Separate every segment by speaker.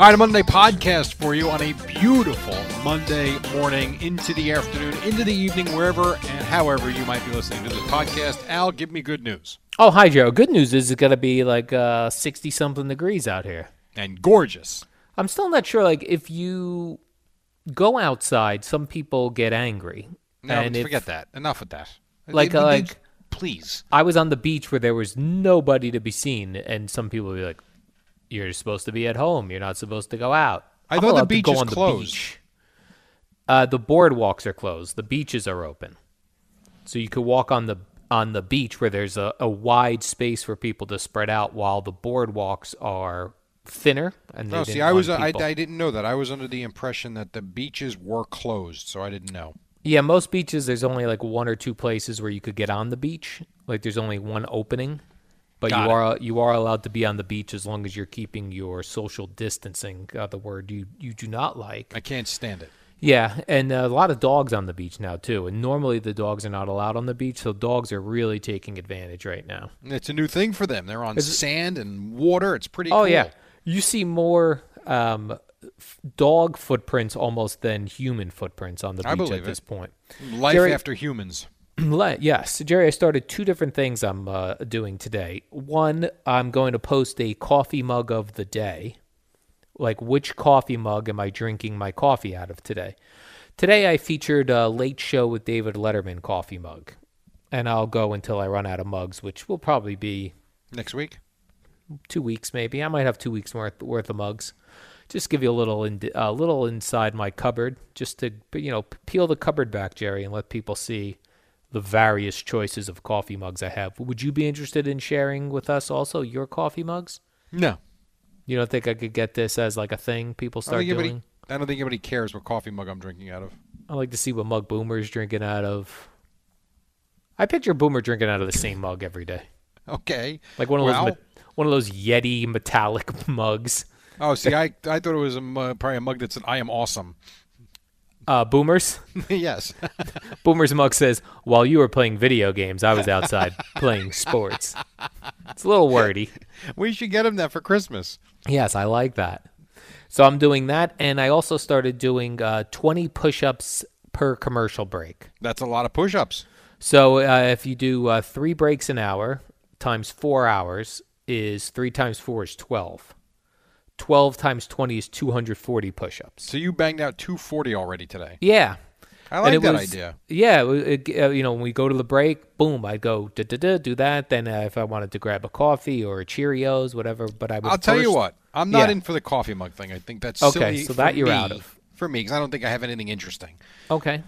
Speaker 1: All right, a Monday podcast for you on a beautiful Monday morning into the afternoon, into the evening, wherever and however you might be listening to this podcast. Al, give me good news.
Speaker 2: Oh, hi, Joe. Good news is it's gonna be like uh, sixty something degrees out here.
Speaker 1: And gorgeous.
Speaker 2: I'm still not sure. Like, if you go outside, some people get angry.
Speaker 1: No,
Speaker 2: And if-
Speaker 1: forget that. Enough with that.
Speaker 2: Like,
Speaker 1: They- they-
Speaker 2: like-
Speaker 1: please.
Speaker 2: I was on the beach where there was nobody to be seen, and some people would be like, "You're supposed to be at home. You're not supposed to go out."
Speaker 1: I
Speaker 2: I'm
Speaker 1: thought the
Speaker 2: allowed to
Speaker 1: beach
Speaker 2: go
Speaker 1: is
Speaker 2: on the
Speaker 1: closed.
Speaker 2: beach. Uh, the boardwalks are closed. The beaches are open, so you could walk on the on the beach where there's a, a wide space for people to spread out, while the boardwalks are thinner. And they
Speaker 1: No,
Speaker 2: didn't
Speaker 1: Oh, see, I
Speaker 2: want
Speaker 1: was I,
Speaker 2: people.
Speaker 1: I didn't know that. I was under the impression that the beaches were closed, so I didn't know.
Speaker 2: Yeah, most beaches there's only like one or two places where you could get on the beach. Like there's only one opening, but
Speaker 1: Got
Speaker 2: you
Speaker 1: it.
Speaker 2: are you are allowed to be on the beach as long as you're keeping your social distancing. Uh, the word you you do not like.
Speaker 1: I can't stand it.
Speaker 2: yeah, and a lot of dogs on the beach now too. And normally the dogs are not allowed on the beach, so dogs are really taking advantage right now.
Speaker 1: It's a new thing for them. They're on sand and water. It's pretty
Speaker 2: Oh
Speaker 1: cool.
Speaker 2: yeah, you see more um, f- dog footprints almost than human footprints on the
Speaker 1: I
Speaker 2: beach at
Speaker 1: believe it.
Speaker 2: this point.
Speaker 1: Life
Speaker 2: Jerry-
Speaker 1: after humans.
Speaker 2: Le- yes, Jerry, I started two different things I'm uh, doing today. One, I'm going to post a coffee mug of the day. Like, which coffee mug am I drinking my coffee out of today? Today, I featured a Late Show with David Letterman coffee mug. And I'll go until I run out of mugs, which will probably be
Speaker 1: Next week.
Speaker 2: two weeks, maybe. I might have two weeks worth, worth of mugs. Just give you a little, in, a little inside my cupboard, just to you know, peel the cupboard back, Jerry, and let people see the various choices of coffee mugs I have. Would you be interested in sharing with us also your coffee mugs?
Speaker 1: No.
Speaker 2: You don't think I could get this as like a thing people
Speaker 1: I don't,
Speaker 2: start
Speaker 1: think
Speaker 2: doing?
Speaker 1: anybody, I don't think anybody cares what coffee mug I'm drinking out of.
Speaker 2: I like to see what mug Boomer's drinking out of. I picture Boomer drinking out of the same mug every day,
Speaker 1: Okay.
Speaker 2: like one of
Speaker 1: Well-
Speaker 2: those, me- one of those Yeti metallic mugs.
Speaker 1: Oh, see, I, I thought it was a, mu- probably a mug that said, I am awesome.
Speaker 2: Uh, Boomers.
Speaker 1: yes.
Speaker 2: Boomer's Muck says, while you were playing video games, I was outside playing sports. It's a little wordy.
Speaker 1: we should get him that for Christmas.
Speaker 2: Yes, I like that. So I'm doing that. And I also started doing uh, 20 push ups per commercial break.
Speaker 1: That's a lot of push ups.
Speaker 2: So uh, if you do uh, three breaks an hour times four hours is three times four is 12. 12 times 20 is 240 push ups.
Speaker 1: So you banged out 240 already today.
Speaker 2: Yeah.
Speaker 1: I
Speaker 2: And
Speaker 1: like
Speaker 2: it
Speaker 1: that
Speaker 2: was-
Speaker 1: idea.
Speaker 2: Yeah, it wa- it, uh, you know, when we go to the break, boom, I'd go da da da, do that. Then uh, if I wanted to grab a coffee or a Cheerios, whatever, but I would.
Speaker 1: I'll tell you
Speaker 2: first-
Speaker 1: what, I'm not
Speaker 2: Yeah.
Speaker 1: in for the coffee mug thing. I think that's
Speaker 2: Okay,
Speaker 1: silly
Speaker 2: so
Speaker 1: for
Speaker 2: that you're
Speaker 1: me-
Speaker 2: out of.
Speaker 1: For me, because I don't think I have anything interesting.
Speaker 2: Okay,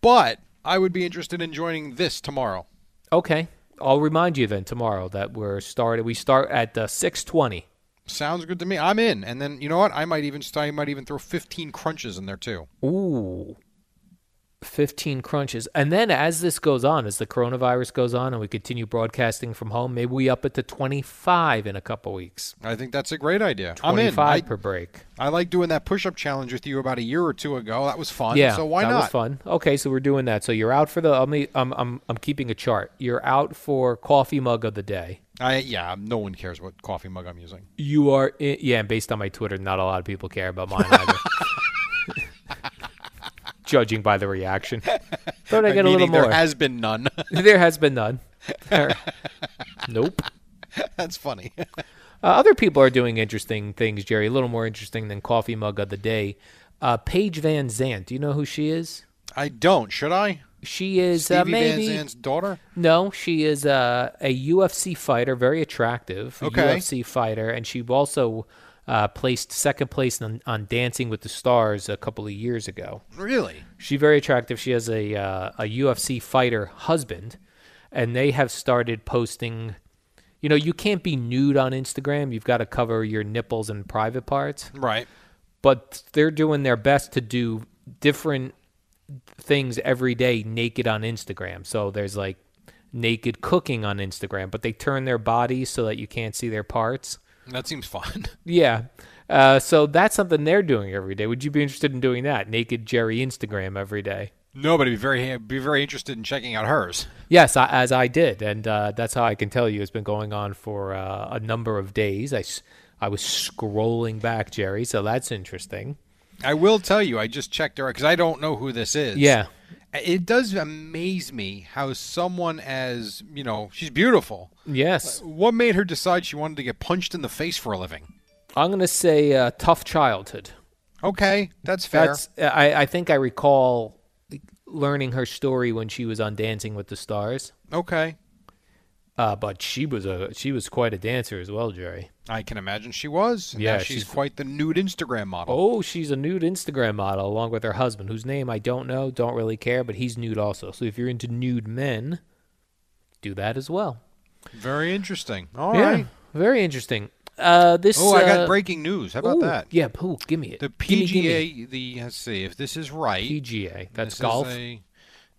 Speaker 1: But I would be interested in joining this tomorrow.
Speaker 2: okay, I'll remind you then tomorrow that we're started. We start at uh, six twenty.
Speaker 1: Sounds good to me. I'm in. And then, you know what? I might even st- I might even throw 15 crunches in there, too.
Speaker 2: Ooh. 15 crunches. And then as this goes on, as the coronavirus goes on and we continue broadcasting from home, maybe we up it to 25 in a couple weeks.
Speaker 1: I think that's a great idea. I'm in.
Speaker 2: 25
Speaker 1: I,
Speaker 2: per break.
Speaker 1: I like doing that push up challenge with you about a year or two ago. That was fun.
Speaker 2: Yeah,
Speaker 1: Uh, So why
Speaker 2: that
Speaker 1: not?
Speaker 2: was fun. Okay, so we're doing that. So you're out for the. I'm I'm I'm, I'm keeping a chart. You're out for coffee mug of the day.
Speaker 1: I yeah, no one cares what coffee mug I'm using.
Speaker 2: You are in, yeah. and Based on my Twitter, not a lot of people care about mine either. judging by the reaction. Thought I'd get a
Speaker 1: Meaning
Speaker 2: little more.
Speaker 1: There has been none.
Speaker 2: there has been none. There- nope.
Speaker 1: That's funny.
Speaker 2: Uh, other people are doing interesting things, Jerry. A little more interesting than coffee mug of the day. Uh, Paige Van Zant. Do you know who she is?
Speaker 1: I don't. Should I?
Speaker 2: She is uh,
Speaker 1: Stevie
Speaker 2: maybe
Speaker 1: Van Zandt's daughter.
Speaker 2: no. She is uh, a UFC fighter, very attractive
Speaker 1: Okay.
Speaker 2: UFC fighter, and she also uh, placed second place on, on Dancing with the Stars a couple of years ago.
Speaker 1: Really?
Speaker 2: She's very attractive. She has a uh, a UFC fighter husband, and they have started posting. You know, you can't be nude on Instagram. You've got to cover your nipples and private parts.
Speaker 1: Right.
Speaker 2: But they're doing their best to do different things every day naked on Instagram. So there's like naked cooking on Instagram, but they turn their bodies so that you can't see their parts.
Speaker 1: That seems fun.
Speaker 2: Yeah. Uh, so that's something they're doing every day. Would you be interested in doing that? Naked Jerry Instagram every day.
Speaker 1: No, but I'd be very be very interested in checking out hers.
Speaker 2: Yes, I, as I did, and uh, that's how I can tell you it's been going on for uh, a number of days. I, s- I was scrolling back, Jerry, so that's interesting.
Speaker 1: I will tell you, I just checked her because I don't know who this is.
Speaker 2: Yeah.
Speaker 1: It does amaze me how someone as you know she's beautiful.
Speaker 2: Yes,
Speaker 1: What made her decide she wanted to get punched in the face for a living?
Speaker 2: I'm going to say uh, tough childhood.
Speaker 1: Okay, that's fair.
Speaker 2: That's I, I think I recall learning her story when she was on Dancing with the Stars.
Speaker 1: okay,
Speaker 2: Uh, but she was a she was quite a dancer as well, Jerry.
Speaker 1: I can imagine she was.
Speaker 2: Yeah,
Speaker 1: Yeah, she's,
Speaker 2: she's-
Speaker 1: quite the nude Instagram model.
Speaker 2: Oh, she's a nude Instagram model along with her husband, whose name I don't know, don't really care, but he's nude also. So if you're into nude men, do that as well.
Speaker 1: Very interesting. All right.
Speaker 2: yeah, very interesting. Uh, this.
Speaker 1: Oh, I
Speaker 2: uh,
Speaker 1: got breaking news. How about
Speaker 2: ooh,
Speaker 1: that?
Speaker 2: Yeah, poo, give me it.
Speaker 1: The PGA,
Speaker 2: Gimme, gimme.
Speaker 1: the let's see if this is right.
Speaker 2: PGA. That's
Speaker 1: This is
Speaker 2: golf.
Speaker 1: a-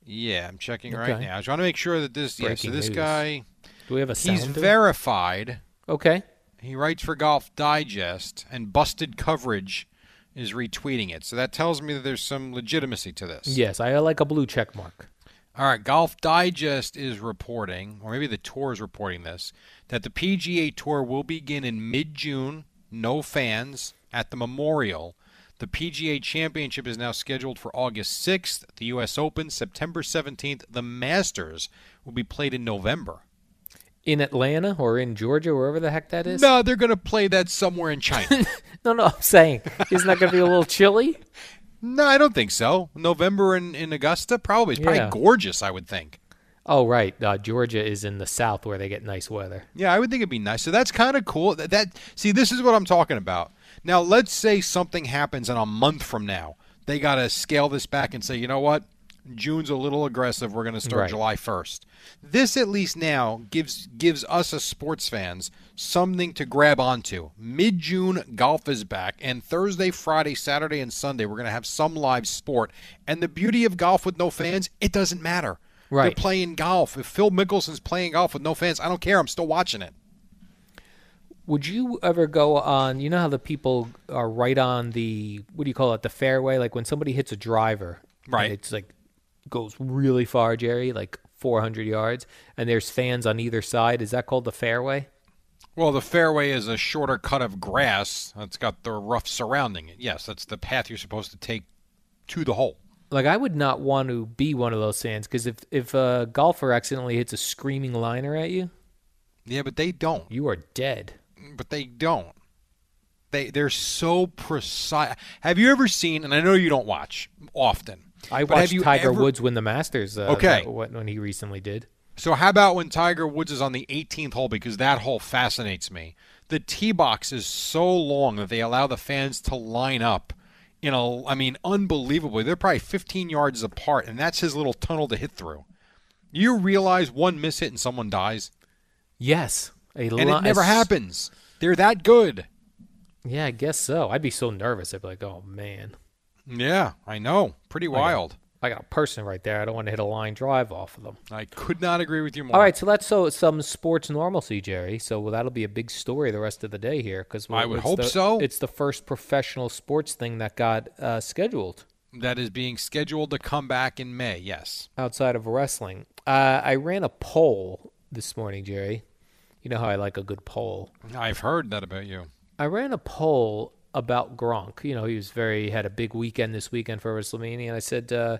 Speaker 1: yeah, I'm checking right
Speaker 2: Okay.
Speaker 1: now. I was trying to make sure that this. Yeah, so
Speaker 2: Breaking
Speaker 1: this
Speaker 2: news.
Speaker 1: guy,
Speaker 2: Do we have a sounder?
Speaker 1: he's verified.
Speaker 2: okay.
Speaker 1: He writes for Golf Digest, and busted coverage is retweeting it. So that tells me that there's some legitimacy to this.
Speaker 2: Yes, I like a blue check mark.
Speaker 1: All right, Golf Digest is reporting, or maybe the tour is reporting this, that the PGA Tour will begin in mid June, no fans, at the Memorial. The PGA Championship is now scheduled for August 6th, the U.S. Open, September 17th. The Masters will be played in November.
Speaker 2: In Atlanta or in Georgia, wherever the heck that is.
Speaker 1: No, they're going to play that somewhere in China.
Speaker 2: no, no. I'm saying, isn't that going to be a little chilly?
Speaker 1: no, I don't think so. November in, in Augusta? Probably. It's probably
Speaker 2: Yeah.
Speaker 1: gorgeous, I would think.
Speaker 2: Oh, right. Uh, Georgia is in the south where they get nice weather.
Speaker 1: Yeah, I would think it'd be nice. So that's kind of cool. That, that see, this is what I'm talking about. Now, let's say something happens in a month from now. They got to scale this back and say, you know what? June's a little aggressive. We're going to start
Speaker 2: Right.
Speaker 1: July 1st. This at least now gives gives us as sports fans something to grab onto. Mid June, golf is back, and Thursday, Friday, Saturday, and Sunday, we're going to have some live sport. And the beauty of golf with no fans, it doesn't matter.
Speaker 2: Right.
Speaker 1: They're playing golf. If Phil Mickelson's playing golf with no fans, I don't care. I'm still watching it.
Speaker 2: Would you ever go on? You know how the people are right on the what do you call it? The fairway, like when somebody hits a driver, and
Speaker 1: Right.
Speaker 2: it's like goes really far, Jerry, like 400 yards, and there's fans on either side. Is that called the fairway?
Speaker 1: Well, the fairway is a shorter cut of grass. It's got the rough surrounding it. Yes, that's the path you're supposed to take to the hole.
Speaker 2: Like I would not want to be one of those fans because if if a golfer accidentally hits a screaming liner at you,
Speaker 1: Yeah, but they don't.
Speaker 2: you are dead.
Speaker 1: But they don't. They they're so precise. Have you ever seen? And I know you don't watch often.
Speaker 2: I
Speaker 1: but have
Speaker 2: watched
Speaker 1: you
Speaker 2: Tiger
Speaker 1: ever-
Speaker 2: Woods win the Masters. Uh,
Speaker 1: Okay.
Speaker 2: that- what when he recently did.
Speaker 1: So how about when Tiger Woods is on the 18th hole because that hole fascinates me. The tee box is so long that they allow the fans to line up. You know, I mean, unbelievably, they're probably 15 yards apart, and that's his little tunnel to hit through. You realize one miss hit and someone dies,
Speaker 2: Yes, a
Speaker 1: and
Speaker 2: li-
Speaker 1: it never
Speaker 2: a s-
Speaker 1: happens. They're that good.
Speaker 2: Yeah, I guess so. I'd be so nervous. I'd be like, oh man.
Speaker 1: Yeah, I know. Pretty wild.
Speaker 2: I got a person right there. I don't want to hit a line drive off of them.
Speaker 1: I could not agree with you more.
Speaker 2: All right, so let's so some sports normalcy, Jerry. So well, that'll be a big story the rest of the day here because
Speaker 1: I would hope so.
Speaker 2: It's the first professional sports thing that got uh, scheduled
Speaker 1: That is being scheduled to come back in May. Yes.
Speaker 2: outside of wrestling. Uh, I ran a poll this morning, Jerry. You know how I like a good poll.
Speaker 1: I've heard that about you.
Speaker 2: I ran a poll about Gronk. You know, he was very had a big weekend this weekend for WrestleMania. And I said, uh,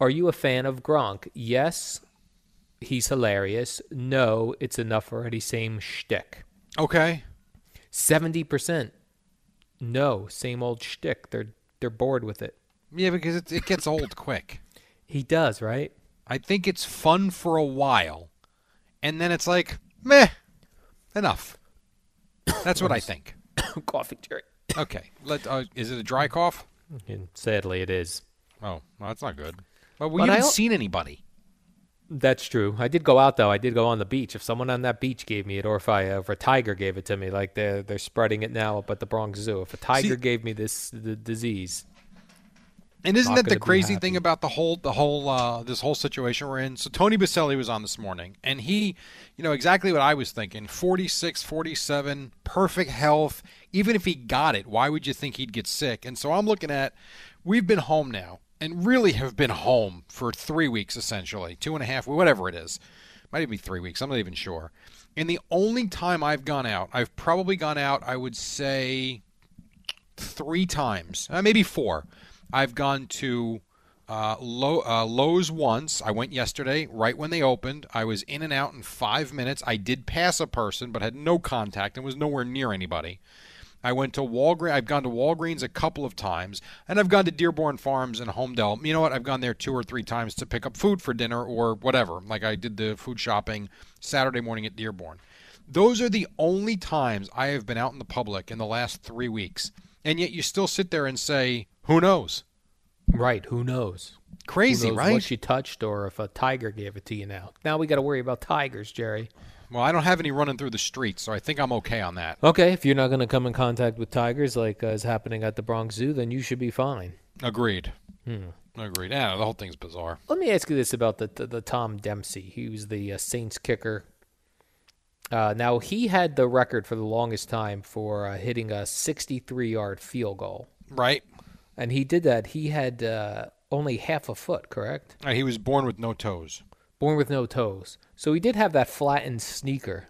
Speaker 2: "Are you a fan of Gronk?" Yes, he's hilarious. No, it's enough already. Same shtick.
Speaker 1: Okay.
Speaker 2: Seventy percent. No, same old shtick. They're they're bored with it.
Speaker 1: Yeah, because it, it gets old quick.
Speaker 2: He does right.
Speaker 1: I think it's fun for a while, and then it's like, meh, enough. That's what I think.
Speaker 2: Coffee Jerry.
Speaker 1: Okay. Let, uh, is it a dry cough?
Speaker 2: And sadly, it is.
Speaker 1: Oh, well, that's not good. But we
Speaker 2: But I
Speaker 1: haven't
Speaker 2: al-
Speaker 1: seen anybody.
Speaker 2: That's true. I did go out though. I did go on the beach. If someone on that beach gave me it, or if I, uh, if a tiger gave it to me, like they're they're spreading it now up at the Bronx Zoo. If a tiger gave me this the disease,
Speaker 1: And isn't
Speaker 2: not
Speaker 1: that the
Speaker 2: gonna be
Speaker 1: crazy thing
Speaker 2: happy.
Speaker 1: about the whole the whole uh, this whole situation we're in? So Tony Baselli was on this morning, and he, you know, exactly what I was thinking. 46, 47, perfect health. Even if he got it, why would you think he'd get sick? And so I'm looking at, we've been home now, and really have been home for three weeks essentially, two and a half, whatever it is, might even be three weeks. I'm not even sure. And the only time I've gone out, I've probably gone out, I would say three times, uh, maybe four. I've gone to uh, Low, uh, Lowe's once. I went yesterday, right when they opened. I was in and out in five minutes. I did pass a person, but had no contact and was nowhere near anybody. I went to Walgreens. I've gone to Walgreens a couple of times, and I've gone to Dearborn Farms and Homedale. You know what? I've gone there two or three times to pick up food for dinner or whatever. Like I did the food shopping Saturday morning at Dearborn. Those are the only times I have been out in the public in the last three weeks, and yet you still sit there and say, "Who knows?"
Speaker 2: right? Who knows?
Speaker 1: Crazy,
Speaker 2: who knows
Speaker 1: right?
Speaker 2: What you touched, or if a tiger gave it to you now. Now we got to worry about tigers, Jerry.
Speaker 1: well, I don't have any running through the streets, so I think I'm okay on that.
Speaker 2: Okay, if you're not going to come in contact with tigers, like uh, is happening at the Bronx Zoo, then you should be fine.
Speaker 1: Agreed.
Speaker 2: Hmm.
Speaker 1: Agreed. Yeah, the whole thing's bizarre.
Speaker 2: Let me ask you this about the the, the Tom Dempsey. He was the uh, Saints kicker. Uh, now he had the record for the longest time for uh, hitting a 63 yard field goal,
Speaker 1: Right?
Speaker 2: and he did that. He had uh, only half a foot, correct?
Speaker 1: Uh, He was born with no toes.
Speaker 2: Born with no toes, so he did have that flattened sneaker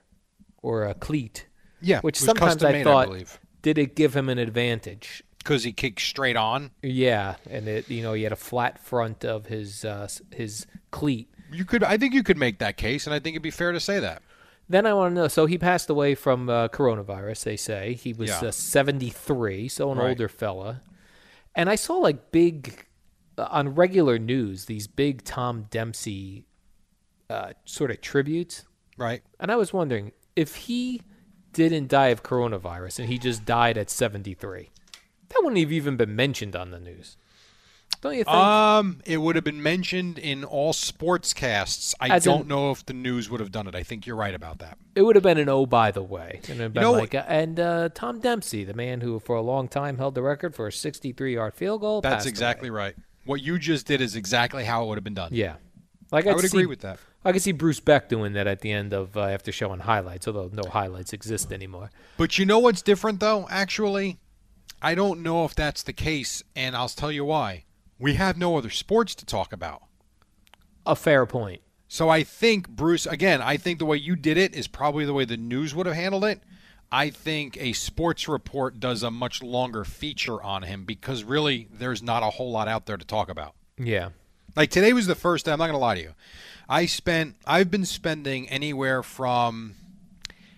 Speaker 2: or a cleat.
Speaker 1: Yeah,
Speaker 2: which
Speaker 1: it was
Speaker 2: sometimes
Speaker 1: custom
Speaker 2: I
Speaker 1: made, I
Speaker 2: thought
Speaker 1: believe.
Speaker 2: did it give him an advantage.
Speaker 1: because he kicked straight on.
Speaker 2: Yeah, and it you know he had a flat front of his uh, s- his cleat,
Speaker 1: You could, I think, you could make that case, and I think it'd be fair to say that.
Speaker 2: Then I want to know. So he passed away from uh, coronavirus. They say he was
Speaker 1: Yeah.
Speaker 2: uh, 73, so an
Speaker 1: Right.
Speaker 2: older fella. And I saw like big uh, on regular news these big Tom Dempsey uh, sort of tributes,
Speaker 1: Right.
Speaker 2: and I was wondering if he didn't die of coronavirus and he just died at 73, that wouldn't have even been mentioned on the news, don't you think?
Speaker 1: Um, it would have been mentioned in all sports casts. I
Speaker 2: As in-
Speaker 1: don't know if the news would have done it. I think you're right about that.
Speaker 2: It would have been an oh, by the way, and it'd been
Speaker 1: know-
Speaker 2: like, uh, and uh, Tom Dempsey, the man who for a long time held the record for a 63-yard field goal.
Speaker 1: That's
Speaker 2: passed
Speaker 1: exactly right. What you just did is exactly how it would have been done.
Speaker 2: away. yeah. Like
Speaker 1: I
Speaker 2: I'd
Speaker 1: would
Speaker 2: see-
Speaker 1: agree with that.
Speaker 2: I could see Bruce Beck doing that at the end of uh, after showing highlights, although no highlights exist anymore.
Speaker 1: But you know what's different though? Actually, I don't know if that's the case, and I'll tell you why. We have no other sports to talk about.
Speaker 2: A fair point.
Speaker 1: So I think Bruce again, I think the way you did it is probably the way the news would have handled it. I think a sports report does a much longer feature on him because really there's not a whole lot out there to talk about.
Speaker 2: Yeah,
Speaker 1: Like today was the first day, I'm not gonna lie to you. I spent I've been spending anywhere from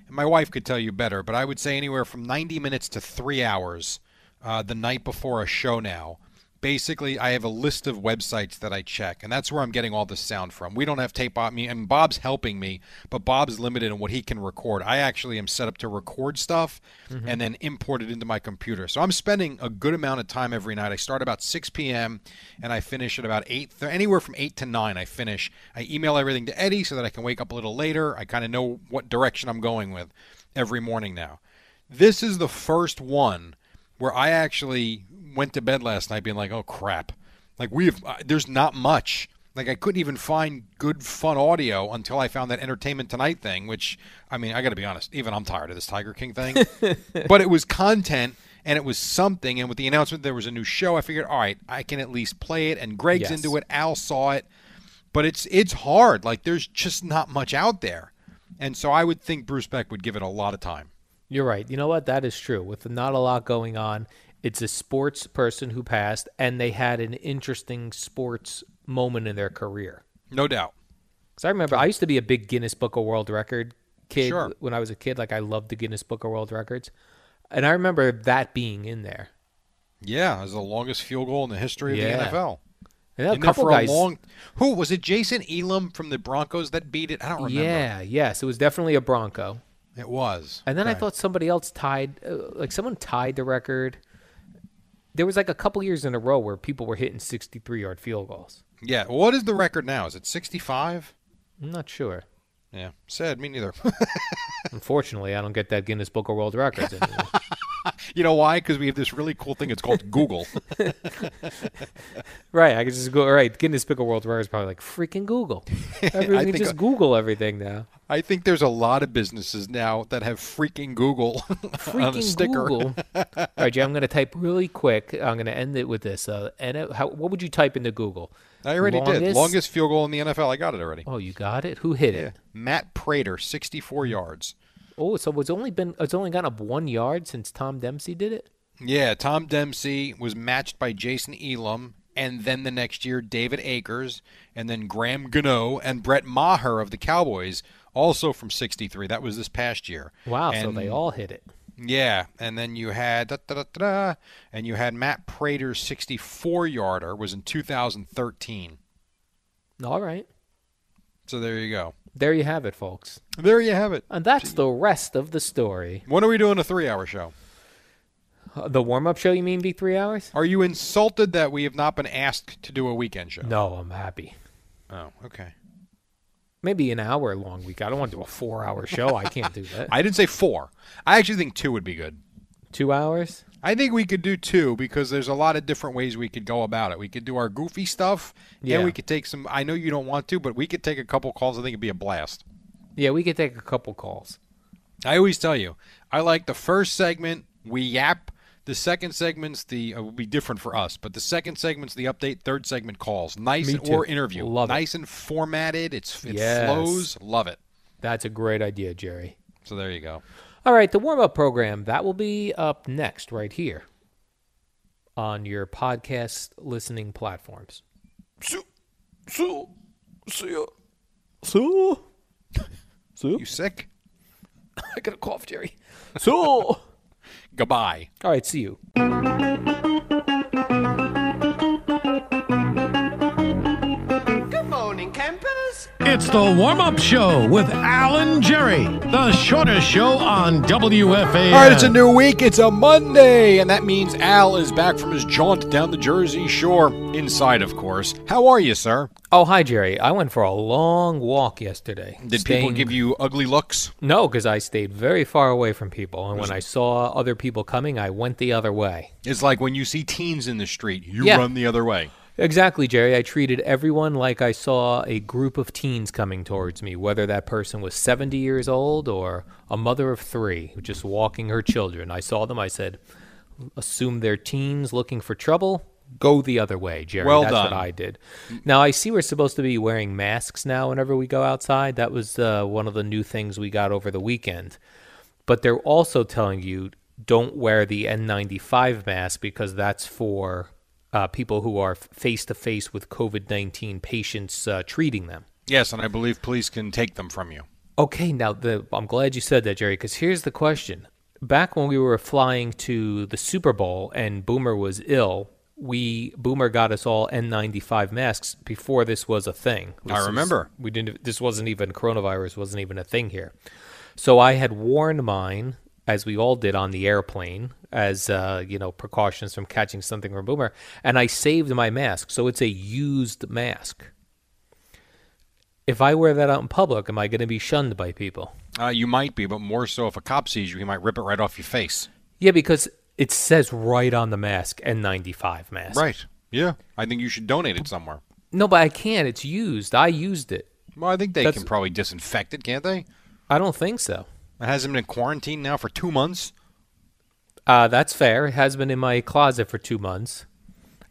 Speaker 1: and my wife could tell you better, but I would say anywhere from 90 minutes to three hours uh, the night before a show now. Basically, I have a list of websites that I check, and that's where I'm getting all this sound from. We don't have tape on me, and Bob's helping me, but Bob's limited in what he can record. I actually am set up to record stuff and then import it into my computer. So I'm spending a good amount of time every night. I start about 6 p.m. and I finish at about 8, th- anywhere from 8 to 9. I finish. I email everything to Eddie so that I can wake up a little later. I kind of know what direction I'm going with every morning now. This is the first one where I actually went to bed last night being like, "Oh crap!" Like we've uh, there's not much. Like I couldn't even find good fun audio until I found that Entertainment Tonight thing, which I mean, I got to be honest, even I'm tired of this Tiger King thing. but it was content and it was something and with the announcement there was a new show, I figured, "All right, I can at least play it." And Greg's
Speaker 2: Yes.
Speaker 1: into it, Al saw it. But it's it's hard. Like there's just not much out there. And so I would think Bruce Beck would give it a lot of time.
Speaker 2: You're right. You know what? That is true. With not a lot going on, it's a sports person who passed, and they had an interesting sports moment in their career.
Speaker 1: No doubt.
Speaker 2: Because I remember I used to be a big Guinness Book of World Record kid
Speaker 1: Sure.
Speaker 2: when I was a kid. Like I loved the Guinness Book of World Records, and I remember that being in there.
Speaker 1: Yeah, it was the longest field goal in the history of
Speaker 2: Yeah.
Speaker 1: the NFL.
Speaker 2: And a
Speaker 1: In there
Speaker 2: couple
Speaker 1: for
Speaker 2: guys.
Speaker 1: a long. Who was it? Jason Elam from the Broncos that beat it. I don't remember.
Speaker 2: yeah. Yes. It was definitely a Bronco.
Speaker 1: it was.
Speaker 2: And then I thought somebody else tied, uh, like someone tied the record. There was like a couple years in a row where people were hitting 63 yard field goals.
Speaker 1: Yeah. What is the record now? Is it 65?
Speaker 2: I'm not sure.
Speaker 1: Yeah. Sad. Me neither.
Speaker 2: Unfortunately, I don't get that Guinness Book of World Records anymore.
Speaker 1: you know why? Because we have this really cool thing. It's called Google.
Speaker 2: right. I could just go, all right, Guinness Book of World Records is probably like freaking Google. Everyone can
Speaker 1: think-
Speaker 2: just Google everything now.
Speaker 1: I think there's a lot of businesses now that have freaking Google on a
Speaker 2: Freaking
Speaker 1: sticker.
Speaker 2: Google. all right, Jay, I'm going to type really quick. I'm going to end it with this. Uh, and it- how, what would you type into Google?
Speaker 1: I already did. Longest field goal in the NFL. I got it already.
Speaker 2: Oh, you got it? Who hit it?
Speaker 1: Matt Prater,
Speaker 2: Hmm.
Speaker 1: 64 yards.
Speaker 2: Oh, so it's only been it's only gone up one yard since Tom Dempsey did it.
Speaker 1: Yeah, Tom Dempsey was matched by Jason Elam, and then the next year David Akers, and then Graham Gano and Brett Maher of the Cowboys, also from '63. That was this past year.
Speaker 2: Wow, so
Speaker 1: And-
Speaker 2: they all hit it.
Speaker 1: Yeah, and then you had da, da, da, da, da, and you had Matt Prater's 64-yarder was in 2013.
Speaker 2: All right,
Speaker 1: So there you go.
Speaker 2: there you have it, folks.
Speaker 1: There you have it.
Speaker 2: And that's the rest of the story.
Speaker 1: When are we doing a three-hour show?
Speaker 2: Uh, the warm up show, you mean, be three hours?
Speaker 1: Are you insulted that we have not been asked to do a weekend show?
Speaker 2: No, I'm happy.
Speaker 1: Oh, okay.
Speaker 2: Maybe an hour long week. I don't want to do a four hour show. I can't do that.
Speaker 1: I didn't say four. I actually think two would be good.
Speaker 2: Two hours?
Speaker 1: I think we could do two because there's a lot of different ways we could go about it. We could do our goofy stuff,
Speaker 2: Yeah.
Speaker 1: and we could take some. I know you don't want to, but we could take a couple calls. I think it'd be a blast.
Speaker 2: Yeah, we could take a couple calls.
Speaker 1: I always tell you, I like the first segment. We yap. The second segment's the uh, will be different for us, but the second segment's the update. Third segment calls. Nice
Speaker 2: Me
Speaker 1: or
Speaker 2: too.
Speaker 1: interview.
Speaker 2: Love it.
Speaker 1: nice and formatted. It's it
Speaker 2: Yes.
Speaker 1: flows. Love it.
Speaker 2: That's a great idea, Jerry.
Speaker 1: So there you go.
Speaker 2: All right, the warm up program that will be up next right here on your podcast listening platforms. So,
Speaker 1: You sick?
Speaker 2: I got a cough, Jerry. So, all
Speaker 1: Goodbye.
Speaker 2: right, see you.
Speaker 3: It's the warm up show with Alan Jerry, the shortest show on WFA.
Speaker 1: All right, it's a new week. It's a Monday, and that means Al is back from his jaunt down the Jersey Shore. Inside, of course. How are you, sir?
Speaker 2: Oh, hi, Jerry. I went for a long walk yesterday.
Speaker 1: Did people
Speaker 2: Staying-
Speaker 1: give you ugly looks?
Speaker 2: No, because I stayed very far away from people, and when I saw other people coming, I went the other way.
Speaker 1: It's like when you see teens in the street, you
Speaker 2: Yeah.
Speaker 1: run the other way.
Speaker 2: Exactly, Jerry. I treated everyone like I saw a group of teens coming towards me, whether that person was 70 years old or a mother of three just walking her children. I saw them. I said, assume they're teens looking for trouble. Go the other way, Jerry.
Speaker 1: Well
Speaker 2: That's what
Speaker 1: done.
Speaker 2: I did. Now, I see we're supposed to be wearing masks now whenever we go outside. That was uh, one of the new things we got over the weekend. But they're also telling you don't wear the N95 mask because that's for uh, people who are face to face with COVID 19 patients uh, treating them.
Speaker 1: Yes, and I believe police can take them from you.
Speaker 2: Okay, now the I'm glad you said that, Jerry, because here's the question. Back when we were flying to the Super Bowl and Boomer was ill, we Boomer got us all N95 masks before this was a thing. This was-
Speaker 1: remember.
Speaker 2: we didn't. This wasn't even coronavirus wasn't even a thing here. So I had worn mine as we all did on the airplane as uh, you know precautions from catching something from Boomer, and I saved my mask, so it's a used mask. If I wear that out in public, am I going to be shunned by people?
Speaker 1: Uh, you might be, but more so if a cop sees you, he might rip it right off your face.
Speaker 2: Yeah, because it says right on the mask N95 mask.
Speaker 1: Yeah. I think you should donate it somewhere.
Speaker 2: No, but I can't. It's used. I used it.
Speaker 1: Well, I think they
Speaker 2: That's-
Speaker 1: can probably disinfect it, can't they?
Speaker 2: I don't think so.
Speaker 1: It hasn't been in quarantine now for two months.
Speaker 2: Uh, that's fair. It has been in my closet for two months.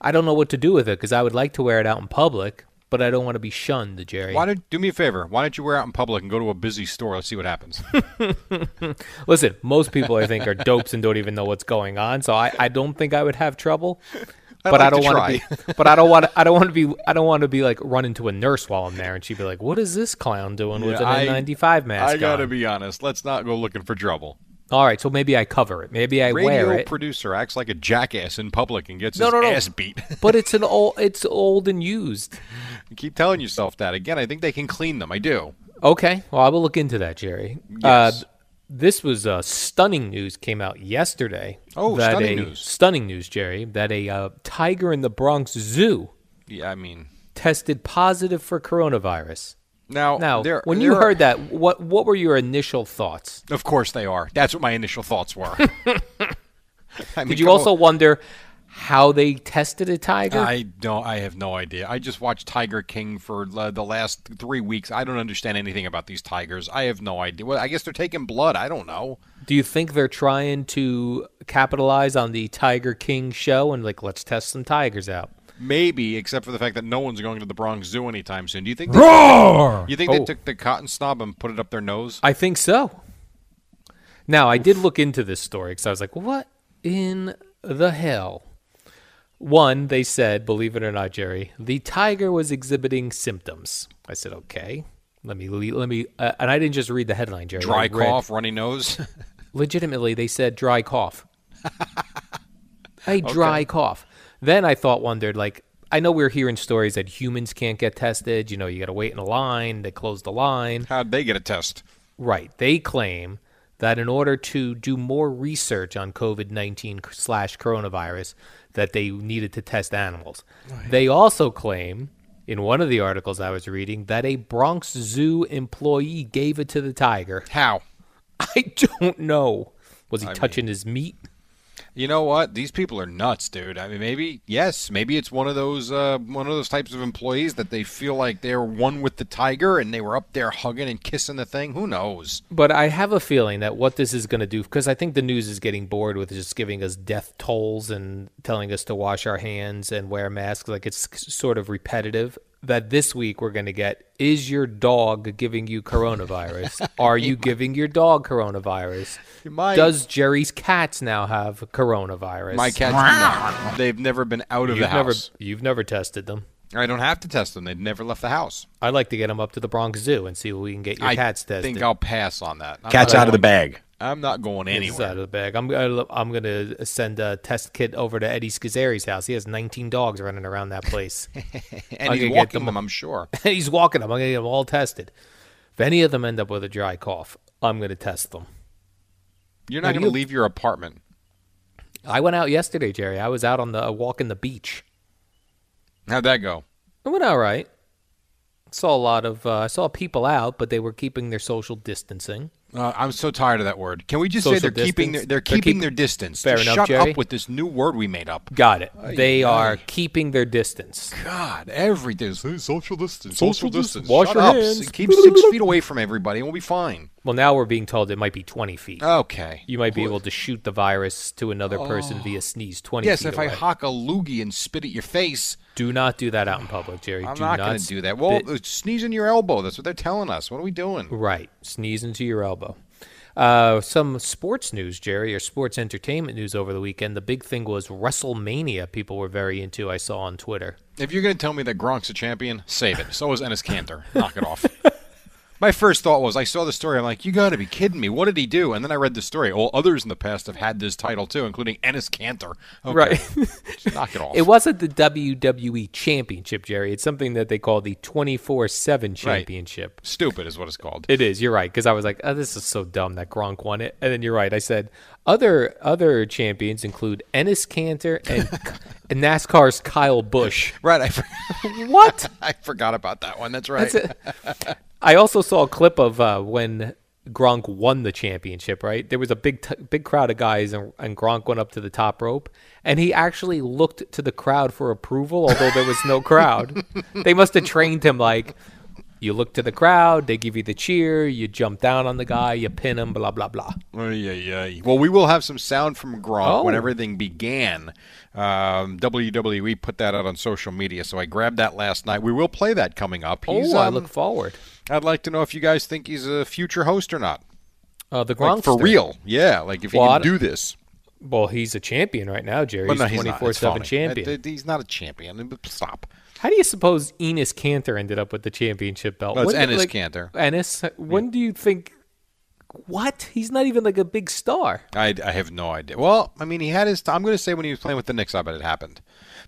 Speaker 2: I don't know what to do with it because I would like to wear it out in public, but I don't want to be shunned, Jerry.
Speaker 1: Why don't do me a favor? Why don't you wear out in public and go to a busy store? Let's see what happens.
Speaker 2: Listen, most people I think are dopes and don't even know what's going on, so I, I don't think I would have trouble. But I
Speaker 1: like to
Speaker 2: don't want to be. But I don't want. I don't want to be. I don't want to be like run into a nurse while I'm there, and she'd be like, "What is this clown doing with an
Speaker 1: I-
Speaker 2: N95 mask?"
Speaker 1: I gotta
Speaker 2: on?"
Speaker 1: be honest. Let's not go looking for trouble.
Speaker 2: All right, so maybe I cover it. Maybe I wear
Speaker 1: Radio
Speaker 2: it.
Speaker 1: producer acts like a jackass in public and gets
Speaker 2: No,
Speaker 1: his
Speaker 2: no, no.
Speaker 1: ass beat.
Speaker 2: but it's an old. It's old and used.
Speaker 1: You Keep telling yourself that again. I think they can clean them. I do.
Speaker 2: Okay. Well, I will look into that, Jerry. Uh,
Speaker 1: Yes.
Speaker 2: this was uh, stunning news came out yesterday.
Speaker 1: Oh,
Speaker 2: that
Speaker 1: stunning
Speaker 2: a-
Speaker 1: news.
Speaker 2: Stunning news, Jerry, that a uh, tiger in the Bronx Zoo
Speaker 1: Yeah, I mean,
Speaker 2: tested positive for coronavirus.
Speaker 1: now
Speaker 2: Now,
Speaker 1: there,
Speaker 2: when
Speaker 1: there
Speaker 2: you
Speaker 1: are-
Speaker 2: heard that, what what were your initial thoughts?
Speaker 1: of course they are. That's what my initial thoughts were. I mean,
Speaker 2: Did you
Speaker 1: come on.
Speaker 2: also wonder how they tested a tiger?
Speaker 1: I don't. I have no idea. I just watched Tiger King for uh, the last three weeks. I don't understand anything about these tigers. I have no idea. Well, I guess they're taking blood. I don't know.
Speaker 2: Do you think they're trying to capitalize on the Tiger King show and like let's test some tigers out?
Speaker 1: Maybe, except for the fact that no one's going to the Bronx Zoo anytime soon. Do you think? They,
Speaker 3: Roar!
Speaker 1: you think
Speaker 2: Oh.
Speaker 1: they took the cotton snob and put it up their nose?
Speaker 2: I think so. Now, I did look into this story because I was like, what in the hell? One, they said, believe it or not, Jerry, the tiger was exhibiting symptoms. I said, okay. Let me, le- let me, uh, and I didn't just read the headline, Jerry. I
Speaker 1: Dry
Speaker 2: read-
Speaker 1: cough, runny nose.
Speaker 2: Legitimately, they said dry cough. a dry cough. Then I thought, wondered, like, I know we're hearing stories that humans can't get tested. You know, you got to wait in a line. They close the line.
Speaker 1: How'd they get a test?
Speaker 2: Right. They claim that in order to do more research on COVID 19 slash coronavirus, that they needed to test animals. They also claim, in one of the articles I was reading, that a Bronx Zoo employee gave it to the tiger.
Speaker 1: How?
Speaker 2: I don't know. Was he touching his meat?
Speaker 1: You know what? These people are nuts, dude. I mean, maybe yes, maybe it's one of those uh, one of those types of employees that they feel like they're one with the tiger and they were up there hugging and kissing the thing. Who knows?
Speaker 2: But I have a feeling that what this is going to do, because I think the news is getting bored with just giving us death tolls and telling us to wash our hands and wear masks. Like it's sort of repetitive. That this week we're going to get is your dog giving you coronavirus? Are you giving your dog coronavirus?
Speaker 1: might.
Speaker 2: Does Jerry's cats now have coronavirus?
Speaker 1: My cats, no. they've never been out of
Speaker 2: you've
Speaker 1: the
Speaker 2: never
Speaker 1: house.
Speaker 2: you've never tested them.
Speaker 1: I don't have to test them. They've never left the house.
Speaker 2: I'd like to get them up to the Bronx Zoo and see if we can get your
Speaker 1: I
Speaker 2: cats tested.
Speaker 1: think I'll pass on that. I'm
Speaker 4: Cat's
Speaker 1: not
Speaker 4: out of the
Speaker 1: going-
Speaker 4: bag.
Speaker 1: I'm not going
Speaker 2: Get this
Speaker 1: anywhere.
Speaker 2: out of the bag. I'm I- I'm gonna send a test kit over to Eddie Scazzeri's house. He has 19 dogs running around that place.
Speaker 1: And
Speaker 2: I'll
Speaker 1: he's
Speaker 2: go get
Speaker 1: walking
Speaker 2: them.
Speaker 1: them, I'm sure.
Speaker 2: He's walking them. I'm gonna get them all tested. If any of them end up with a dry cough, I'm gonna test them.
Speaker 1: You're
Speaker 2: Now,
Speaker 1: not
Speaker 2: do
Speaker 1: going to
Speaker 2: you-
Speaker 1: leave your apartment.
Speaker 2: I went out yesterday, Jerry. I was out on the a walk in the beach.
Speaker 1: How'd that go?
Speaker 2: It went all right. Saw a lot of uh, I saw people out, but they were keeping their social distancing.
Speaker 1: Uh, I'm so tired of that word. Can we just say
Speaker 2: Social
Speaker 1: they're keeping their,
Speaker 2: distance?
Speaker 1: they're
Speaker 2: They're
Speaker 1: keeping
Speaker 2: keep-
Speaker 1: their distance?
Speaker 2: Fair
Speaker 1: Just
Speaker 2: enough,
Speaker 1: Shut
Speaker 2: Jerry.
Speaker 1: up with this new word we made up.
Speaker 2: Got it. They are keeping their distance.
Speaker 1: God, everything is "Hey, social distance. Social distance.
Speaker 2: Wash
Speaker 1: Shut
Speaker 2: your
Speaker 1: up.
Speaker 2: hands.
Speaker 1: Keep six feet away from everybody, and we'll be fine.
Speaker 2: Well, now we're being told it might be 20 feet.
Speaker 1: Okay.
Speaker 2: you might be able to shoot the virus to another person via sneeze 20
Speaker 1: yes,
Speaker 2: feet
Speaker 1: if I
Speaker 2: away.
Speaker 1: hock a loogie and spit at your face,
Speaker 2: do not do that out in public jerry
Speaker 1: I'm
Speaker 2: do
Speaker 1: not going to do that. Well,
Speaker 2: spit-
Speaker 1: uh, sneeze in your elbow. That's what they're telling us. What are we doing?
Speaker 2: right sneeze into your elbow uh, some sports news jerry or sports entertainment news over the weekend the big thing was wrestlemania people were very into i saw on twitter
Speaker 1: If you're going to tell me that Gronk's a champion, save it. So is Ennis Cantor. Knock it off. My first thought was I saw the story. I'm like, you got to be kidding me. What did he do? And then I read the story. Well, others in the past have had this title too, including Ennis Cantor. Okay. Just knock it off.
Speaker 2: it wasn't the wwe championship jerry it's something that they call the 24-7 championship
Speaker 1: Stupid is what it's called.
Speaker 2: It is. You're right. Because I was like, oh, this is so dumb that Gronk won it. And then you're right. I said other other champions include Ennis Cantor and, and NASCAR's Kyle Busch.
Speaker 1: Right. I, for-
Speaker 2: What?
Speaker 1: I forgot about that one. That's right.
Speaker 2: That's it. I also saw a clip of uh, when Gronk won the championship. Right, there was a big t- big crowd of guys, and, and Gronk went up to the top rope, and he actually looked to the crowd for approval, although there was no crowd. they must have trained him like. You look to the crowd, they give you the cheer, you jump down on the guy, you pin him, blah, blah, blah.
Speaker 1: Ay, ay, ay. Well, we will have some sound from Gronk
Speaker 2: Oh.
Speaker 1: when everything began. Um, WWE put that out on social media, so I grabbed that last night. We will play that coming up. He's,
Speaker 2: oh, I
Speaker 1: um,
Speaker 2: look forward.
Speaker 1: I'd like to know if you guys think he's a future host or not.
Speaker 2: Uh, the Gronkster.
Speaker 1: Like, for real. Yeah, like if
Speaker 2: Well,
Speaker 1: he
Speaker 2: I
Speaker 1: can
Speaker 2: don't-
Speaker 1: do this.
Speaker 2: Well, he's a champion right now, Jerry.
Speaker 1: But no,
Speaker 2: he's
Speaker 1: he's not.
Speaker 2: twenty four
Speaker 1: It's
Speaker 2: seven
Speaker 1: phony.
Speaker 2: champion.
Speaker 1: Uh, th- He's not a champion. Stop.
Speaker 2: How do you suppose Enos Cantor ended up with the championship belt?
Speaker 1: Well, it's
Speaker 2: When did,
Speaker 1: Enes Kanter.
Speaker 2: Enes, when do you think? What? He's not even like a big star.
Speaker 1: I, I have no idea. Well, I mean, he had his. i I'm going to say when he was playing with the Knicks, I bet it happened,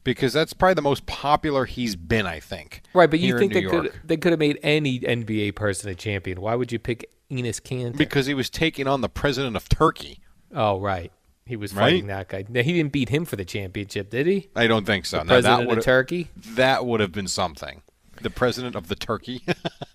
Speaker 1: because that's probably the most popular he's been. I think.
Speaker 2: Right, but you
Speaker 1: here
Speaker 2: think
Speaker 1: in
Speaker 2: they
Speaker 1: New
Speaker 2: could
Speaker 1: York.
Speaker 2: they could have made any NBA person a champion? Why would you pick Enos Cantor?
Speaker 1: because he was taking on the president of Turkey.
Speaker 2: oh, right, he was fighting that guy. Now, he didn't beat him for the championship, did he?
Speaker 1: I don't think so. Now, that
Speaker 2: President
Speaker 1: would
Speaker 2: of Turkey.
Speaker 1: that would have been something. The president of the Turkey.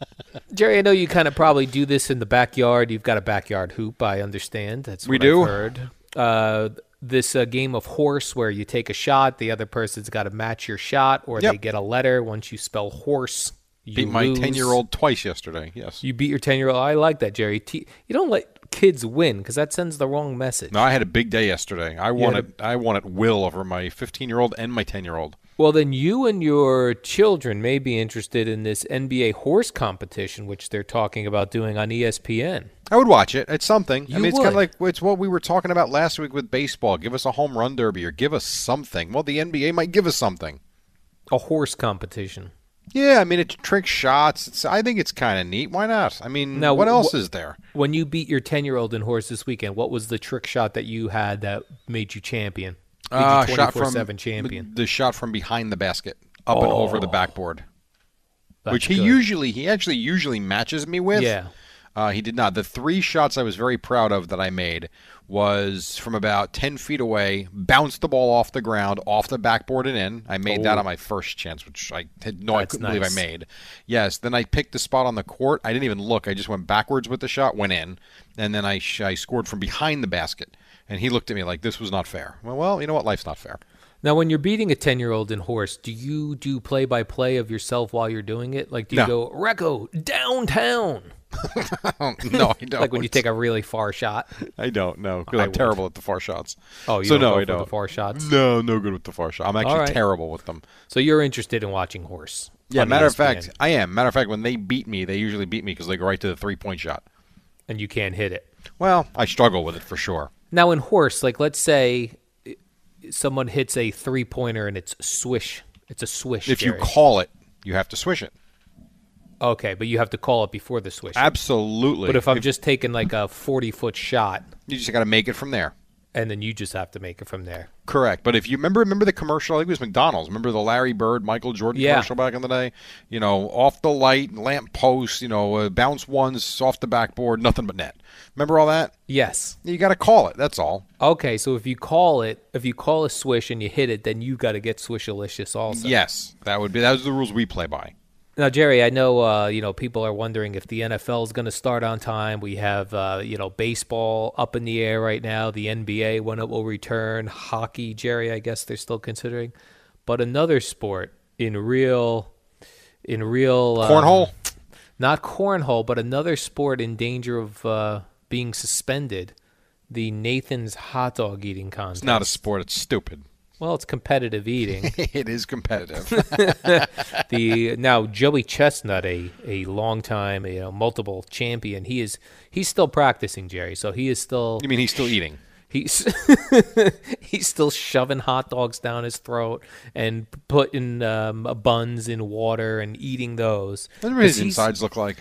Speaker 2: Jerry, I know you kind of probably do this in the backyard. You've got a backyard hoop, I understand. That's
Speaker 1: We
Speaker 2: what
Speaker 1: do.
Speaker 2: I've heard. Uh, this uh, game of horse where you take a shot, the other person's got to match your shot, or
Speaker 1: Yep.
Speaker 2: they get a letter. Once you spell horse, you
Speaker 1: Beat my
Speaker 2: lose.
Speaker 1: ten-year-old twice yesterday. Yes.
Speaker 2: You beat your ten-year-old. I like that, Jerry. T- you don't let kids win because that sends the wrong message.
Speaker 1: No, I had a big day yesterday. I
Speaker 2: had
Speaker 1: won it. I won at will over my 15-year-old and my 10-year-old.
Speaker 2: Well, then you and your children may be interested in this NBA horse competition, which they're talking about doing on E ESPN.
Speaker 1: I would watch it. It's something. I
Speaker 2: You
Speaker 1: mean, it's kind of
Speaker 2: would.
Speaker 1: like it's what we were talking about last week with baseball. Give us a home run derby or give us something. Well, the NBA might give us something.
Speaker 2: A horse competition.
Speaker 1: Yeah, I mean, it's trick shots. It's, I think it's kind of neat. Why not? I mean,
Speaker 2: Now,
Speaker 1: what
Speaker 2: wh-
Speaker 1: else is there?
Speaker 2: When you beat your ten year old in horse this weekend, what was the trick shot that you had that made you champion? Made you
Speaker 1: Ah, shot from
Speaker 2: seven champion.
Speaker 1: The shot from behind the basket, up and over the backboard,
Speaker 2: That's
Speaker 1: which he
Speaker 2: good.
Speaker 1: usually he actually usually matches me with.
Speaker 2: Yeah.
Speaker 1: Uh, he did not. The three shots I was very proud of that I made was from about ten feet away, bounced the ball off the ground, off the backboard and in. I made that on my first chance, which I had no, I
Speaker 2: Oh. That's
Speaker 1: couldn't believe I
Speaker 2: nice.
Speaker 1: made. Yes. Then I picked the spot on the court. I didn't even look. I just went backwards with the shot, went in, and then I sh- I scored from behind the basket. And he looked at me like this was not fair. Well, well, you know what? Life's not fair.
Speaker 2: Now, when you're beating a ten year old in horse, do you do play by play of yourself while you're doing it? Like, do you
Speaker 1: No.
Speaker 2: go Recco downtown?
Speaker 1: no, I don't.
Speaker 2: Like when you take a really far shot.
Speaker 1: I don't know because
Speaker 2: I
Speaker 1: I'm
Speaker 2: would.
Speaker 1: terrible at the far shots.
Speaker 2: Oh, you
Speaker 1: so
Speaker 2: don't
Speaker 1: no,
Speaker 2: go
Speaker 1: I
Speaker 2: for the
Speaker 1: don't.
Speaker 2: far shots?
Speaker 1: No, no good with the far shot. I'm actually
Speaker 2: right.
Speaker 1: terrible with them.
Speaker 2: So you're interested in watching horse?
Speaker 1: Yeah,
Speaker 2: on E
Speaker 1: matter of
Speaker 2: ESPN,
Speaker 1: fact, I am. Matter of fact, when they beat me, they usually beat me because they go right to the three point shot.
Speaker 2: and you can't hit it.
Speaker 1: Well, I struggle with it for sure.
Speaker 2: Now, in horse, like let's say eh, someone hits a three pointer and it's swish. It's a swish.
Speaker 1: If you
Speaker 2: Jerry.
Speaker 1: call it, you have to swish it.
Speaker 2: Okay, but you have to call it before the swish.
Speaker 1: Absolutely.
Speaker 2: But if I'm just taking like a 40 foot shot
Speaker 1: you just got to make it from there.
Speaker 2: and then you just have to make it from there.
Speaker 1: Correct. But if you remember, remember the commercial. I think it was McDonald's. Remember the Larry Bird, Michael Jordan
Speaker 2: Yeah.
Speaker 1: commercial back in the day. You know, off the light, lamp post. You know, uh, bounce ones off the backboard, nothing but net. Remember all that?
Speaker 2: Yes.
Speaker 1: You got to call it. That's all.
Speaker 2: Okay, so if you call it, if you call a swish and you hit it, then you got to get swishalicious also.
Speaker 1: Yes, that would be. Those are the rules we play by.
Speaker 2: Now, Jerry, I know uh, you know people are wondering if the NFL is going to start on time. We have uh, you know baseball up in the air right now. The NBA when it will return. Hockey, Jerry, I guess they're still considering. But another sport in real, in real um,
Speaker 1: Cornhole.
Speaker 2: not cornhole, but another sport in danger of uh, being suspended. The Nathan's hot dog eating contest.
Speaker 1: it's not a sport. It's stupid.
Speaker 2: well, it's competitive eating.
Speaker 1: it is competitive.
Speaker 2: the now Joey Chestnut, a a long time, you know, multiple champion. He is he's still practicing, Jerry. So he is still
Speaker 1: you mean he's still eating?
Speaker 2: he's he's still shoving hot dogs down his throat and putting um, buns in water and eating those.
Speaker 1: What do his
Speaker 2: 'Cause he's-
Speaker 1: insides look like?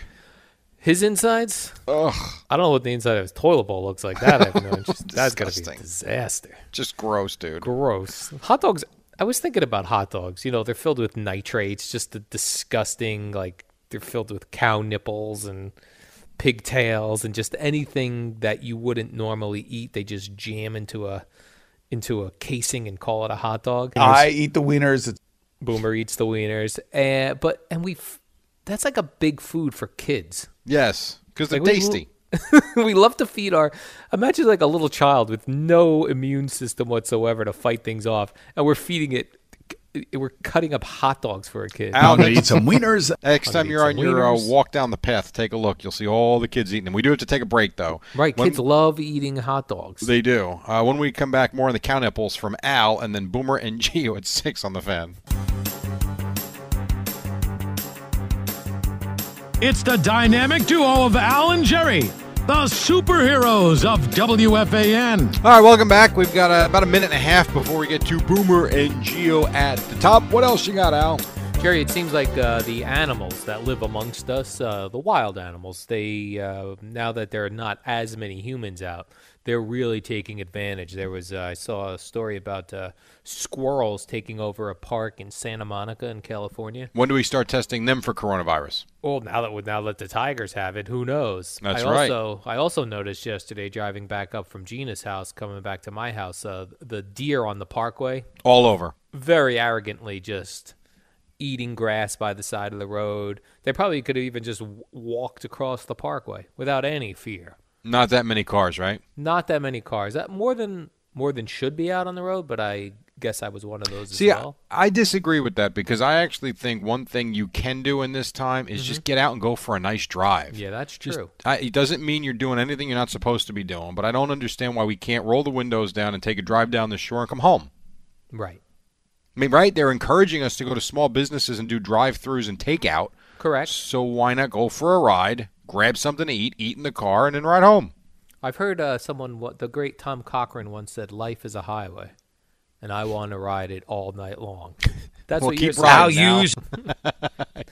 Speaker 2: His insides? Ugh. I don't know what the inside of his toilet bowl looks like. That I have no interest. That's gonna be a
Speaker 1: Disgusting.
Speaker 2: disaster.
Speaker 1: Just gross, dude.
Speaker 2: Gross. Hot dogs. I was thinking about hot dogs. You know, they're filled with nitrates, just the disgusting, like, they're filled with cow nipples and pigtails and just anything that you wouldn't normally eat. They just jam into a into a casing and call it a hot dog.
Speaker 5: I eat the wieners. It's
Speaker 2: Boomer eats the wieners. And, but, and we've, that's like a big food for kids.
Speaker 1: Yes, because they're
Speaker 2: Like, we-
Speaker 1: tasty.
Speaker 2: we love to feed our imagine like a little child with no immune system whatsoever to fight things off and we're feeding it we're cutting up hot dogs for a kid.
Speaker 1: Al,
Speaker 5: I'm gonna eat some wieners.
Speaker 1: Next
Speaker 2: I'll
Speaker 1: time
Speaker 2: eat
Speaker 1: you're on
Speaker 2: some
Speaker 1: your uh,
Speaker 2: wieners.
Speaker 1: walk down the path, take a look. You'll see all the kids eating them. We do have to take a break, though.
Speaker 2: right,
Speaker 1: When-
Speaker 2: kids love eating hot dogs.
Speaker 1: They do. Uh, when we come back, more on the count apples from Al, and then Boomer and Geo at six on the fan.
Speaker 3: It's the dynamic duo of Al and Jerry, the superheroes of WFAN.
Speaker 1: All right, welcome back. We've got uh, about a minute and a half before we get to Boomer and Geo at the top. What else you got, Al?
Speaker 2: Jerry, it seems like uh, the animals that live amongst us, uh, the wild animals, they uh, now that there are not as many humans out, they're really taking advantage. There was uh, I saw a story about uh, squirrels taking over a park in Santa Monica in California.
Speaker 1: When do we start testing them for coronavirus?
Speaker 2: Well, now that we now let the Tigers have it, who knows?
Speaker 1: That's
Speaker 2: I
Speaker 1: right.
Speaker 2: Also, I also noticed yesterday driving back up from Gina's house, coming back to my house, uh, the deer on the parkway
Speaker 1: All over.
Speaker 2: very arrogantly just eating grass by the side of the road. They probably could have even just w- walked across the parkway without any fear.
Speaker 1: Not that many cars, right?
Speaker 2: Not that many cars. That more than more than should be out on the road, but I guess I was one of those
Speaker 1: See,
Speaker 2: as well.
Speaker 1: I, I disagree with that because I actually think one thing you can do in this time is just get out and go for a nice drive.
Speaker 2: Mm-hmm. Yeah, that's
Speaker 1: Just-
Speaker 2: true.
Speaker 1: I, it doesn't mean you're doing anything you're not supposed to be doing, but I don't understand why we can't roll the windows down and take a drive down the shore and come home.
Speaker 2: Right.
Speaker 1: I mean, right? They're encouraging us to go to small businesses and do drive-throughs and takeout.
Speaker 2: Correct.
Speaker 1: So why not go for a ride, grab something to eat, eat in the car, and then ride home?
Speaker 2: I've heard uh, someone, what the great Tom Cochran once said, "Life is a highway," and I want to ride it all night long. That's
Speaker 1: Well,
Speaker 2: what
Speaker 1: keep
Speaker 2: you're
Speaker 1: riding
Speaker 2: suggesting.
Speaker 1: now.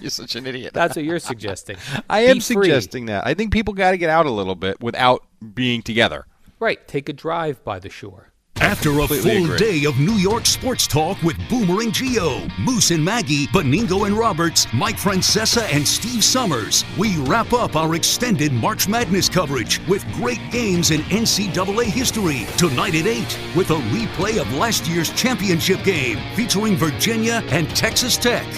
Speaker 1: You're such an idiot.
Speaker 2: That's what you're suggesting.
Speaker 1: I
Speaker 2: Be
Speaker 1: am
Speaker 2: free.
Speaker 1: suggesting that. I think people got to get out a little bit without being together.
Speaker 2: Right. Take a drive by the shore.
Speaker 5: After a
Speaker 1: Completely
Speaker 5: full
Speaker 1: agree.
Speaker 5: day of New York sports talk with Boomer and Geo, Moose and Maggie, Beningo and Roberts, Mike Francesa and Steve Summers, we wrap up our extended March Madness coverage with great games in NCAA history tonight at 8 with a replay of last year's championship game featuring Virginia and Texas Tech.